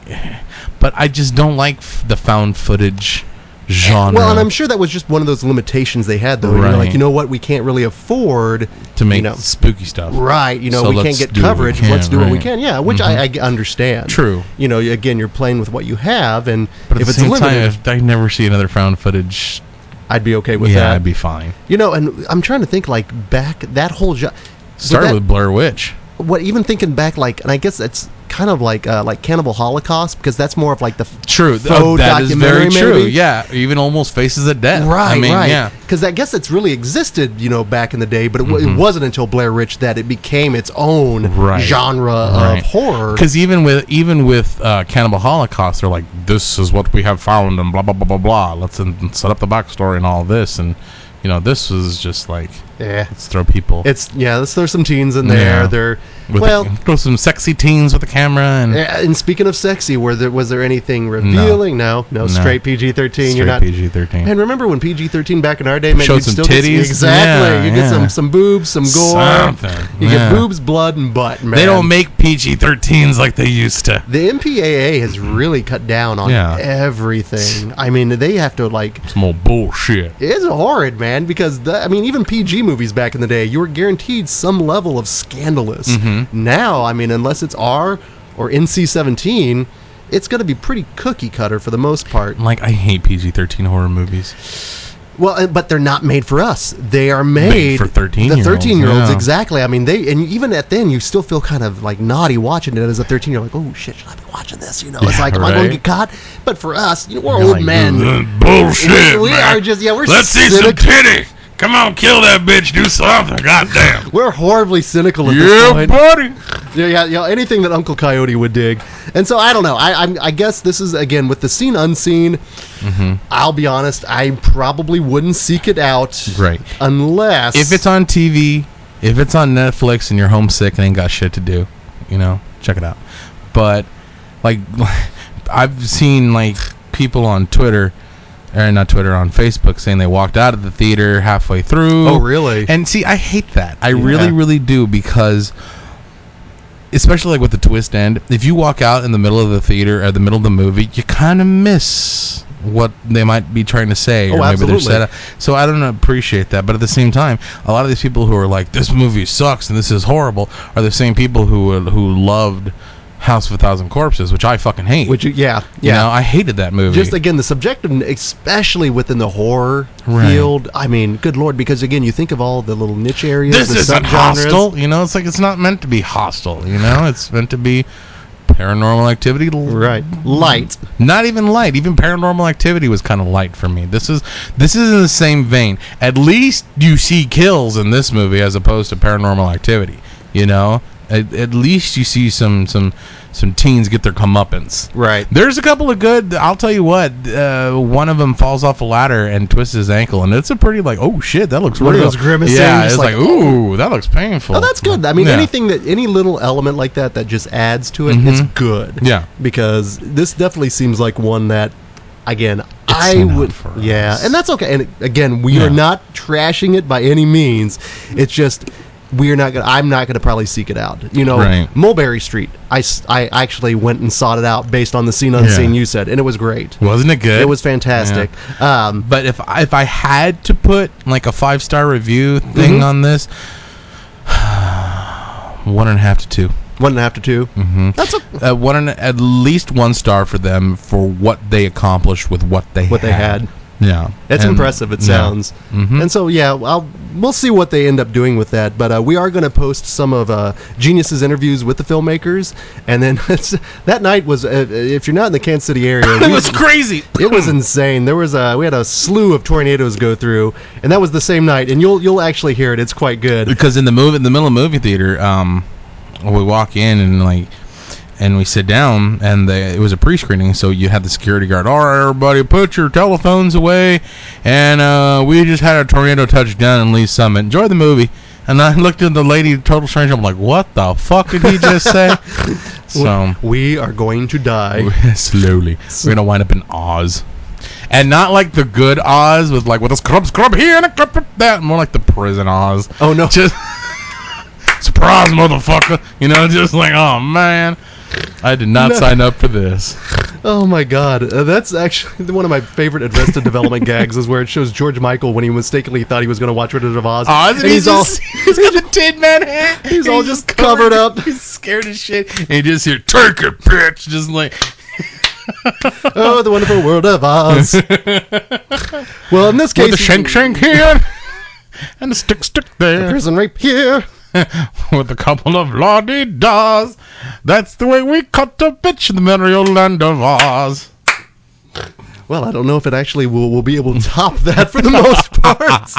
Speaker 2: but I just don't like f- the found footage genre
Speaker 1: well, and I'm sure that was just one of those limitations they had though. You know, like
Speaker 2: Right.
Speaker 1: you know what, we can't really afford
Speaker 2: to make
Speaker 1: you know,
Speaker 2: spooky stuff.
Speaker 1: Right, you know,
Speaker 2: So
Speaker 1: we can't
Speaker 2: let's
Speaker 1: get
Speaker 2: do what we
Speaker 1: coverage.
Speaker 2: can,
Speaker 1: let's do what we
Speaker 2: right. Mm-hmm.
Speaker 1: can. Yeah, which I, I g- understand.
Speaker 2: True.
Speaker 1: You know, again, you're playing with what you have, and
Speaker 2: But at
Speaker 1: if
Speaker 2: the
Speaker 1: it's
Speaker 2: same
Speaker 1: limited,
Speaker 2: time, if I never see another found footage,
Speaker 1: I'd be okay with
Speaker 2: yeah,
Speaker 1: that.
Speaker 2: I'd be fine.
Speaker 1: You know, and I'm trying to think like back that whole jo-
Speaker 2: Start
Speaker 1: that-
Speaker 2: with Blur Witch.
Speaker 1: what even thinking back like, and I guess that's kind of like uh, like Cannibal Holocaust because that's more of like the f-
Speaker 2: True,
Speaker 1: faux
Speaker 2: th- oh, that is
Speaker 1: documentary,
Speaker 2: very true.
Speaker 1: maybe?
Speaker 2: Yeah, even almost Faces of Death.
Speaker 1: Right,
Speaker 2: I mean,
Speaker 1: right.
Speaker 2: yeah.
Speaker 1: Because I guess it's really existed, you know, back in the day, but it, w- it wasn't until Blair Witch that it became its own
Speaker 2: Mm-hmm. Right.
Speaker 1: genre
Speaker 2: Right.
Speaker 1: of horror.
Speaker 2: Because even with even with uh, Cannibal Holocaust, they're like, "This is what we have found," and blah blah blah blah blah. Let's in, set up the backstory and all this, and you know, this was just like
Speaker 1: Yeah.
Speaker 2: let's throw people
Speaker 1: It's yeah, there's, there's some teens in there.
Speaker 2: Yeah.
Speaker 1: They're
Speaker 2: with
Speaker 1: well.
Speaker 2: the, throw some sexy teens with the camera and
Speaker 1: eh, And speaking of sexy, were there was there anything revealing? No, no,
Speaker 2: No.
Speaker 1: straight PG thirteen. You're
Speaker 2: straight
Speaker 1: not
Speaker 2: PG thirteen.
Speaker 1: And remember when PG thirteen back in our day, man,
Speaker 2: Showed
Speaker 1: you'd
Speaker 2: some
Speaker 1: still get some-
Speaker 2: titties?
Speaker 1: exactly.
Speaker 2: Yeah,
Speaker 1: you get
Speaker 2: yeah.
Speaker 1: some some boobs, some gore.
Speaker 2: Something,
Speaker 1: You
Speaker 2: yeah.
Speaker 1: get boobs, blood, and butt. Man.
Speaker 2: They don't make PG thirteens like they used to.
Speaker 1: the MPAA has really cut down on
Speaker 2: Yeah.
Speaker 1: everything. I mean, they have to like.
Speaker 2: Some old bullshit.
Speaker 1: It's horrid, man, because the, I mean, even PG movies back in the day, you were guaranteed some level of scandalous.
Speaker 2: Mm-hmm.
Speaker 1: Now, I mean, unless it's R or NC seventeen, it's going to be pretty cookie cutter for the most part.
Speaker 2: Like I hate PG thirteen horror movies.
Speaker 1: Well, uh, but they're not made for us. They are made,
Speaker 2: for 13
Speaker 1: The
Speaker 2: year olds,
Speaker 1: year olds,
Speaker 2: yeah.
Speaker 1: exactly. I mean, they and even at then, you still feel kind of like naughty watching it as a thirteen year old. Like, oh shit, should I be watching this? You know, it's
Speaker 2: Yeah,
Speaker 1: like, am I going
Speaker 2: right.
Speaker 1: to get caught? But for us, you know, we're
Speaker 2: You're
Speaker 1: old
Speaker 2: like,
Speaker 1: men.
Speaker 2: "Ugh, Bullshit.
Speaker 1: We
Speaker 2: man.
Speaker 1: are just yeah, we're
Speaker 2: Let's see some
Speaker 1: cynic-
Speaker 2: titty. Come on, kill that bitch. Do something. Goddamn.
Speaker 1: We're horribly cynical at this
Speaker 2: Yeah,
Speaker 1: point.
Speaker 2: buddy.
Speaker 1: Yeah, yeah, yeah. Anything that Uncle Coyote would dig, and so I don't know. I, I'm, I guess this is again with the scene unseen.
Speaker 2: Mm-hmm.
Speaker 1: I'll be honest. I probably wouldn't seek it out,
Speaker 2: Right.
Speaker 1: Unless
Speaker 2: If it's on TV, if it's on Netflix, and you're homesick and ain't got shit to do, you know, check it out. But like, I've seen like people on Twitter, or not Twitter, on Facebook, saying they walked out of the theater halfway through.
Speaker 1: oh really
Speaker 2: And see, I hate that. I really, really do because, especially like with the twist end, if you walk out in the middle of the theater or the middle of the movie, you kind of miss what they might be trying to say.
Speaker 1: Oh,
Speaker 2: or
Speaker 1: absolutely.
Speaker 2: Maybe they're set up. So I don't appreciate that. But at the same time, a lot of these people who are like, "This movie sucks" and "This is horrible" are the same people who who loved House of a Thousand Corpses, which I fucking hate.
Speaker 1: Would you? Yeah,
Speaker 2: you
Speaker 1: yeah.
Speaker 2: know, I hated that movie.
Speaker 1: just again the subjective especially within the horror
Speaker 2: Right.
Speaker 1: field i mean good lord because again you think of all the little niche areas
Speaker 2: this
Speaker 1: the
Speaker 2: isn't
Speaker 1: subgenres.
Speaker 2: hostile. You know, it's like it's not meant to be hostile. You know, it's meant to be paranormal activity. l-
Speaker 1: right light
Speaker 2: Not even light. Even paranormal activity was kind of light for me. This is this is in the same vein. At least you see kills in this movie as opposed to paranormal activity. You know, At, at least you see some some some teens get their comeuppance.
Speaker 1: Right.
Speaker 2: There's a couple of good. I'll tell you what. Uh, one of them falls off a ladder and twists his ankle, and it's a pretty like, oh shit, that looks
Speaker 1: One of
Speaker 2: real.
Speaker 1: those grimacing,
Speaker 2: Yeah,
Speaker 1: just
Speaker 2: it's like,
Speaker 1: like,
Speaker 2: ooh, that looks painful.
Speaker 1: Oh, that's good. I mean,
Speaker 2: Yeah.
Speaker 1: anything that any little element like that that just adds to it, it's good.
Speaker 2: Mm-hmm. Yeah.
Speaker 1: because this definitely seems like one that, again, I
Speaker 2: not
Speaker 1: would.
Speaker 2: for
Speaker 1: yeah,
Speaker 2: us.
Speaker 1: and that's okay. And again, we
Speaker 2: Yeah.
Speaker 1: are not trashing it by any means. It's just we are not gonna. I'm not gonna probably seek it out. You know,
Speaker 2: Right.
Speaker 1: Mulberry Street. I, s- I actually went and sought it out based on the scene unseen
Speaker 2: Yeah.
Speaker 1: you said, and it was great.
Speaker 2: Wasn't it good?
Speaker 1: It was fantastic. Um,
Speaker 2: But if I- if I had to put like a five star review thing
Speaker 1: Mhm.
Speaker 2: on this, one and a half to two.
Speaker 1: one and a half to 2 Mm-hmm. That's a,
Speaker 2: Uh, one and at least one star for them for what they accomplished with what they
Speaker 1: What they had.
Speaker 2: Yeah,
Speaker 1: It's
Speaker 2: And-
Speaker 1: impressive. It
Speaker 2: yeah. Mm-hmm.
Speaker 1: sounds, and so yeah, I'll, we'll see what they end up doing with that. But uh, we are going to post some of uh, Genius's interviews with the filmmakers, and then it's, that night was uh, if you're not in the Kansas City area,
Speaker 2: It
Speaker 1: we-
Speaker 2: was crazy.
Speaker 1: it was insane. There was a we had a slew of tornadoes go through, and that was the same night. And you'll you'll actually hear it. It's quite good.
Speaker 2: because in the movie in the middle of the movie theater um we walk in and like and we sit down and they, it was a pre-screening so you had the security guard all right everybody put your telephones away and uh, we just had a tornado touch down in lee summit enjoy the movie and i looked at the lady total stranger i'm like what the fuck did he just say so
Speaker 1: We are going to die.
Speaker 2: slowly we're gonna wind up in oz and not like the good oz with like with a scrub scrub here and a scrub scrub that more like the prison oz
Speaker 1: Oh no!
Speaker 2: just surprise motherfucker you know just like oh man i did not
Speaker 1: No.
Speaker 2: sign up for this
Speaker 1: Oh my god, uh, that's actually one of my favorite Arrested Development gags. Is where it shows George Michael when he mistakenly thought he was going to watch Wizard of Oz,
Speaker 2: oh
Speaker 1: and he's all
Speaker 2: he's got the tin man hat
Speaker 1: He's all just covered up.
Speaker 2: he's scared as shit and you just hear take it bitch just like
Speaker 1: Oh, the wonderful world of Oz. well, in this
Speaker 2: with
Speaker 1: case,
Speaker 2: the shank shank here and the stick stick there
Speaker 1: prison rape here.
Speaker 2: with a couple of lordy daws that's the way we cut the bitch in the merry old land of oz
Speaker 1: Well, I don't know if it actually will, will be able to top that for the most part.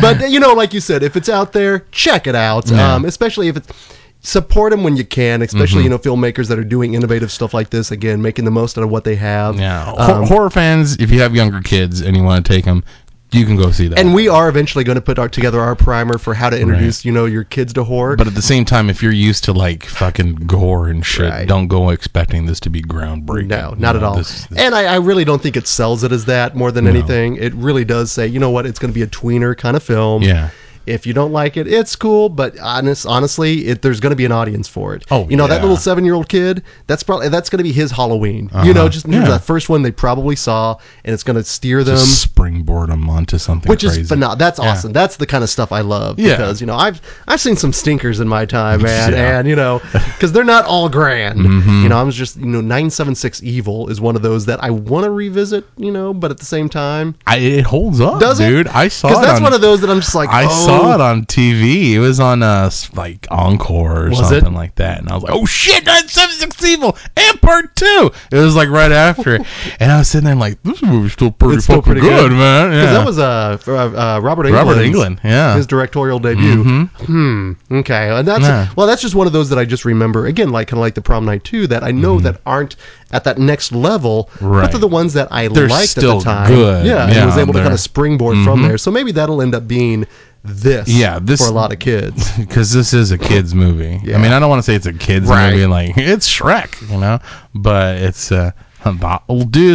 Speaker 1: but, you know, like you said, if it's out there, check it out.
Speaker 2: Yeah. Mm-hmm.
Speaker 1: Um, especially if it's. Support them when you can, especially you know filmmakers that are doing innovative stuff like this. Again, making the most out of what they have.
Speaker 2: yeah Hor-
Speaker 1: Um,
Speaker 2: horror fans if you have younger kids and you want to take them you can go see that
Speaker 1: and we are eventually going to put our, together our primer for how to introduce you know your kids to horror.
Speaker 2: But at the same time, if you're used to like fucking gore and shit,
Speaker 1: Right.
Speaker 2: don't go expecting this to be groundbreaking.
Speaker 1: No, not
Speaker 2: You
Speaker 1: at
Speaker 2: know,
Speaker 1: all.
Speaker 2: this- this-
Speaker 1: and I, I really don't think it sells it as that more than anything. It really does say, you know what, it's going to be a tweener kind of film.
Speaker 2: Yeah.
Speaker 1: If you don't like it, it's cool, but honest, honestly, it, there's going to be an audience for it.
Speaker 2: Oh,
Speaker 1: you know that
Speaker 2: yeah.
Speaker 1: little seven-year-old kid. That's probably that's going to be his Halloween. You know, just
Speaker 2: Uh-huh. Yeah.
Speaker 1: the first one they probably saw, and it's going to steer them
Speaker 2: just springboard them onto something
Speaker 1: which
Speaker 2: crazy.
Speaker 1: is phenomenal. That's awesome. That's the kind of stuff I love.
Speaker 2: Yeah.
Speaker 1: Because you know I've I've seen some stinkers in my time, man,
Speaker 2: Yeah. Mm-hmm.
Speaker 1: and you know because they're not all grand. You know I'm just you know nine seven six evil is one of those that I want to revisit. You know, but at the same time,
Speaker 2: I, it holds up,
Speaker 1: does it?
Speaker 2: dude. I saw it.
Speaker 1: because that's
Speaker 2: on,
Speaker 1: one of those that I'm just like
Speaker 2: I
Speaker 1: oh.
Speaker 2: saw it on TV. It was on uh s- like Encore or
Speaker 1: Was it?
Speaker 2: something like that, and I was like, "Oh shit, that's Seven Six Evil and Part 2! It was like right after, it. and I was sitting there like, "This movie's still pretty
Speaker 1: It's still
Speaker 2: fucking
Speaker 1: pretty
Speaker 2: good,
Speaker 1: good.
Speaker 2: man." Yeah,
Speaker 1: 'Cause that was uh, for, uh, uh, Robert England.
Speaker 2: Robert England. Yeah, Mm-hmm.
Speaker 1: His directorial debut. Hmm. Okay. And that's
Speaker 2: Yeah.
Speaker 1: well, that's just one of those that I just remember again, like kind of like the prom night too. That I know that aren't at that next level,
Speaker 2: Mm-hmm. Right.
Speaker 1: but they're the ones that I
Speaker 2: They're
Speaker 1: liked at
Speaker 2: still
Speaker 1: the time.
Speaker 2: good.
Speaker 1: Yeah, and
Speaker 2: Yeah,
Speaker 1: was able to
Speaker 2: they're- Mm-hmm.
Speaker 1: kind of springboard from there. So maybe that'll end up being this.
Speaker 2: Yeah, this-
Speaker 1: for a lot of kids.
Speaker 2: because this is a kids movie.
Speaker 1: Yeah.
Speaker 2: I mean, I don't want to say it's a kids
Speaker 1: Right.
Speaker 2: movie, like it's Shrek, you know, but it's uh, that'll do,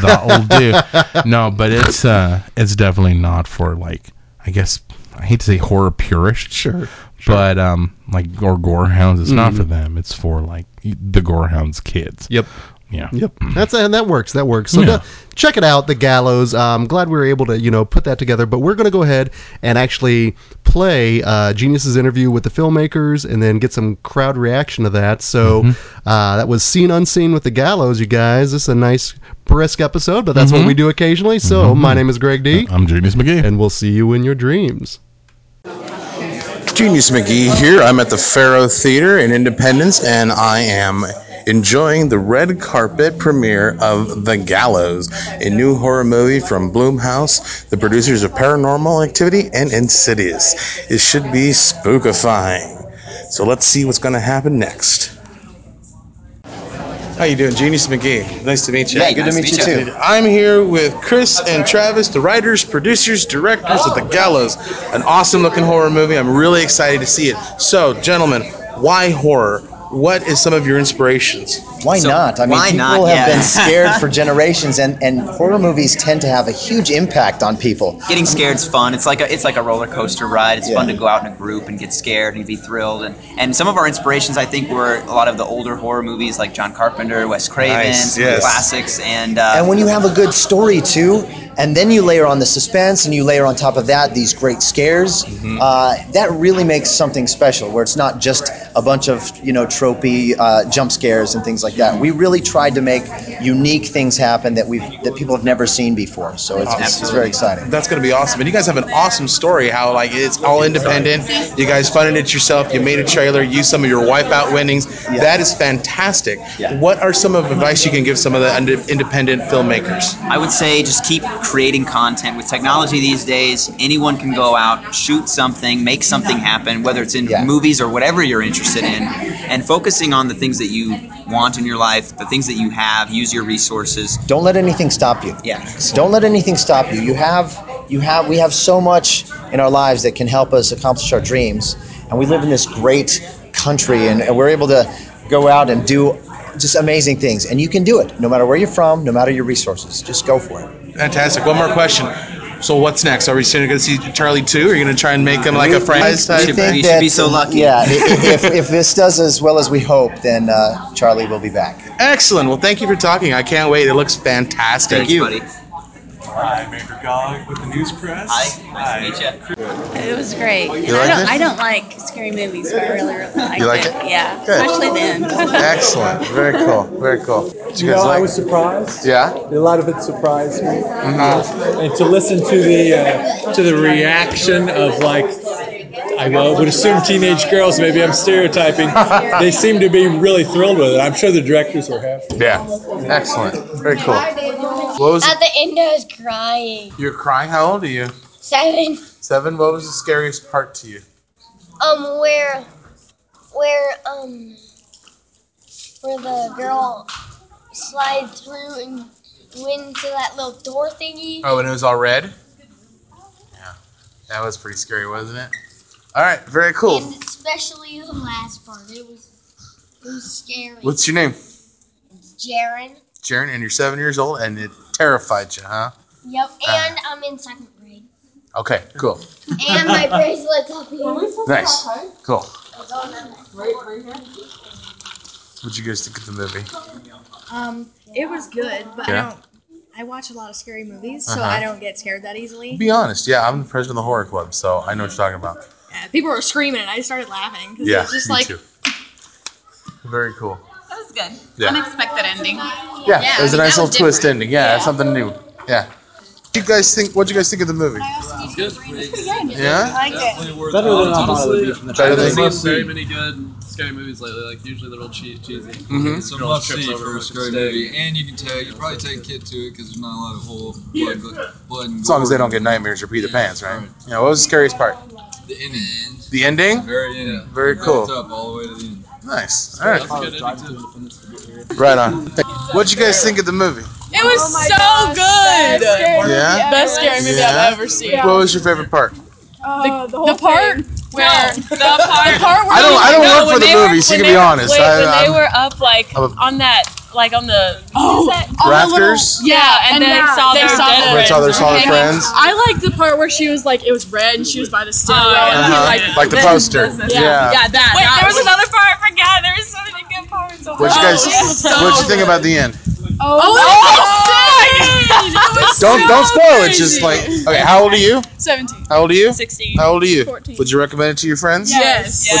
Speaker 2: that'll do. No, but it's uh, it's definitely not for like I guess I hate to say horror purists,
Speaker 1: Sure, Mm-hmm.
Speaker 2: but um, like or gore hounds, it's not for them. It's for like the gore hounds kids.
Speaker 1: Yep.
Speaker 2: Yeah.
Speaker 1: Yep, that's and that works. That works. So
Speaker 2: Yeah.
Speaker 1: de- check it out, the gallows. I'm glad we were able to you know put that together. But we're going to go ahead and actually play uh, Genius's interview with the filmmakers, and then get some crowd reaction to that. So uh, that was seen unseen with the gallows, you guys. This is a nice brisk episode, but that's what we do occasionally. So my name is Greg D,
Speaker 2: I'm Genius McGee.
Speaker 1: and we'll see you in your dreams.
Speaker 3: Genius McGee here. I'm at the Faro Theater in Independence, and I am enjoying the red carpet premiere of The Gallows, a new horror movie from Bloomhouse, the producers of Paranormal Activity and Insidious. It should be spookifying. So let's see what's going to happen next. How you doing, Genius McGee? Nice to meet you.
Speaker 4: Hey, good to meet you too.
Speaker 3: I'm here with Chris and Travis, the writers, producers, directors of The Gallows, an awesome looking horror movie. I'm really excited to see it. So, gentlemen, why horror? What is some of your inspirations?
Speaker 4: Why
Speaker 5: So,
Speaker 4: not? I mean,
Speaker 5: why
Speaker 4: people
Speaker 5: not?
Speaker 4: have
Speaker 5: Yeah.
Speaker 4: been scared for generations, and, and horror movies tend to have a huge impact on people.
Speaker 5: Getting scared's fun. It's like a it's like a roller coaster ride. It's fun
Speaker 4: Um, Yeah.
Speaker 5: to go out in a group and get scared and be thrilled. And, and some of our inspirations, I think, were a lot of the older horror movies like John Carpenter, Wes Craven,
Speaker 3: Nice,
Speaker 5: some of the
Speaker 3: yes.
Speaker 5: classics. And, uh,
Speaker 4: And when you have a good story too, and then you layer on the suspense, and you layer on top of that these great scares,
Speaker 5: Mm-hmm.
Speaker 4: uh, that really makes something special. Where it's not just a bunch of you know tropey uh, jump scares and things like that. We really tried to make unique things happen that we have that people have never seen before. So it's, it's, it's very exciting.
Speaker 3: That's going to be awesome. And you guys have an awesome story how, like, it's all independent. You guys funded it yourself. You made a trailer, used some of your wipeout winnings. That is fantastic.
Speaker 4: Yeah.
Speaker 3: What are some of advice you can give some of the ind- independent filmmakers?
Speaker 5: I would say just keep creating content. With technology these days, anyone can go out, shoot something, make something happen, whether it's in
Speaker 4: Yeah.
Speaker 5: movies or whatever you're interested in. And focusing on the things that you want in your life, the things that you have, use your resources.
Speaker 4: Don't let anything stop you.
Speaker 5: Yeah.
Speaker 4: Don't let anything stop you. You have, you have, we have so much in our lives that can help us accomplish our dreams, and we live in this great country, and, and we're able to go out and do just amazing things. And you can do it, no matter where you're from, no matter your resources. Just go for it.
Speaker 3: Fantastic. One more question. So what's next? Are we soon going to see Charlie Two? Are you going to try and make him like a franchise
Speaker 4: We
Speaker 3: type?
Speaker 5: should- we should be so lucky.
Speaker 4: Yeah. i- i- if, if this does as well as we hope, then uh, Charlie will be back.
Speaker 3: Excellent. Well, thank you for talking. I can't wait. It looks fantastic.
Speaker 5: Thanks, buddy.
Speaker 6: Hi, Major Gog with the News Press.
Speaker 5: Hi, nice to meet you.
Speaker 7: It was great. And
Speaker 3: like
Speaker 7: I don't
Speaker 3: it?
Speaker 7: I don't like scary movies, but I really, really like
Speaker 3: You like
Speaker 7: it.
Speaker 3: it?
Speaker 7: Yeah.
Speaker 3: Good.
Speaker 7: Especially then.
Speaker 3: Excellent. Very cool. Very cool. Did you
Speaker 6: You
Speaker 3: guys
Speaker 6: know, I
Speaker 3: like?
Speaker 6: was surprised.
Speaker 3: yeah. Mm-hmm.
Speaker 6: A lot of it surprised me. And to listen to the uh, to the reaction of like, I well, would assume teenage girls. Maybe I'm stereotyping. they seem to be really thrilled with it. I'm sure the directors were happy.
Speaker 3: Yeah. Excellent. Very cool. What was
Speaker 8: At the end, I was crying.
Speaker 3: You're crying. How old are you?
Speaker 8: Seven.
Speaker 3: Seven. What was the scariest part to you?
Speaker 8: Um, where, where, um, where the girl slides through and went into that little door thingy.
Speaker 3: Oh, and it was all red. Yeah. That was pretty scary, wasn't it? All right. Very cool.
Speaker 8: And especially the last part. It was, it was scary.
Speaker 3: What's your name?
Speaker 8: Jaren?
Speaker 3: Jaren, and you're seven years old, and it terrified you, huh?
Speaker 8: Yep. And I'm in second grade.
Speaker 3: Okay. Cool.
Speaker 8: And my bracelet's up here.
Speaker 3: Nice. Cool. What'd you guys think of the movie?
Speaker 7: Um, it was good, but
Speaker 3: Yeah.
Speaker 7: I don't. I watch a lot of scary movies, so
Speaker 3: Uh-huh.
Speaker 7: I don't get scared that easily.
Speaker 3: Be honest, yeah, I'm the president of the horror club, so I know what you're talking about.
Speaker 7: Yeah, Uh, people were screaming, and I started laughing because
Speaker 3: Yeah,
Speaker 7: it was just
Speaker 3: me
Speaker 7: like
Speaker 3: too. Very cool.
Speaker 9: That was good.
Speaker 3: Yeah.
Speaker 9: Unexpected ending.
Speaker 3: Yeah,
Speaker 9: Yeah,
Speaker 3: it was a
Speaker 9: I mean,
Speaker 3: nice
Speaker 9: that
Speaker 3: little
Speaker 9: was
Speaker 3: twist
Speaker 9: different.
Speaker 3: ending. Yeah, that's something new. Yeah. What you guys think? What you guys think of the movie? Yeah,
Speaker 6: Better than I thought it would be.
Speaker 3: better than
Speaker 10: I've seen very many good scary movies lately. Like usually they're all che- cheesy. Mm-hmm. So must see for a scary movie, and you can tell you probably take a kid to it because there's not a lot of whole blood, blood and
Speaker 3: as long as they don't get nightmares or pee the
Speaker 10: Yeah,
Speaker 3: pants, right?
Speaker 10: right.
Speaker 3: Yeah. What was the scariest part?
Speaker 10: the ending.
Speaker 3: The ending.
Speaker 10: Very end.
Speaker 3: Very
Speaker 10: Wrapped
Speaker 3: cool.
Speaker 10: Up all the way to the end.
Speaker 3: Nice. All right.
Speaker 10: That's a good ending too.
Speaker 3: Right on. What you guys think of the movie?
Speaker 7: "Oh
Speaker 9: It was so good.
Speaker 3: Yeah.
Speaker 9: Best scary movie
Speaker 3: Yeah.
Speaker 9: I've ever seen.
Speaker 3: What was your favorite part?
Speaker 7: Oh,
Speaker 9: The part where the part, where
Speaker 3: I don't- I don't work for the um, movies, you
Speaker 9: When
Speaker 3: can
Speaker 9: they
Speaker 3: be
Speaker 9: were-
Speaker 3: honest.
Speaker 9: Wait,
Speaker 3: I-
Speaker 9: when
Speaker 3: I'm-
Speaker 9: they were up like
Speaker 3: I'm a-
Speaker 9: on that, like on the oh
Speaker 3: Rafters.
Speaker 9: yeah, and, they saw their dead
Speaker 3: Where it's all their solid
Speaker 9: hanging.
Speaker 3: friends.
Speaker 9: I like the part where she was like it was red and she was by the stairwell. and he,
Speaker 3: Uh-huh. Like the poster. Yeah.
Speaker 9: that. Wait, there was another part I forgot. There was so many good parts.
Speaker 3: What you guys? What you think about the end?
Speaker 9: Oh,
Speaker 3: Don't don't spoil. It's just like okay. How old are you?
Speaker 9: Seventeen.
Speaker 3: How old are you?
Speaker 9: Sixteen.
Speaker 3: How old are you?
Speaker 9: Fourteen.
Speaker 3: Would you recommend it to your friends?
Speaker 9: Yes.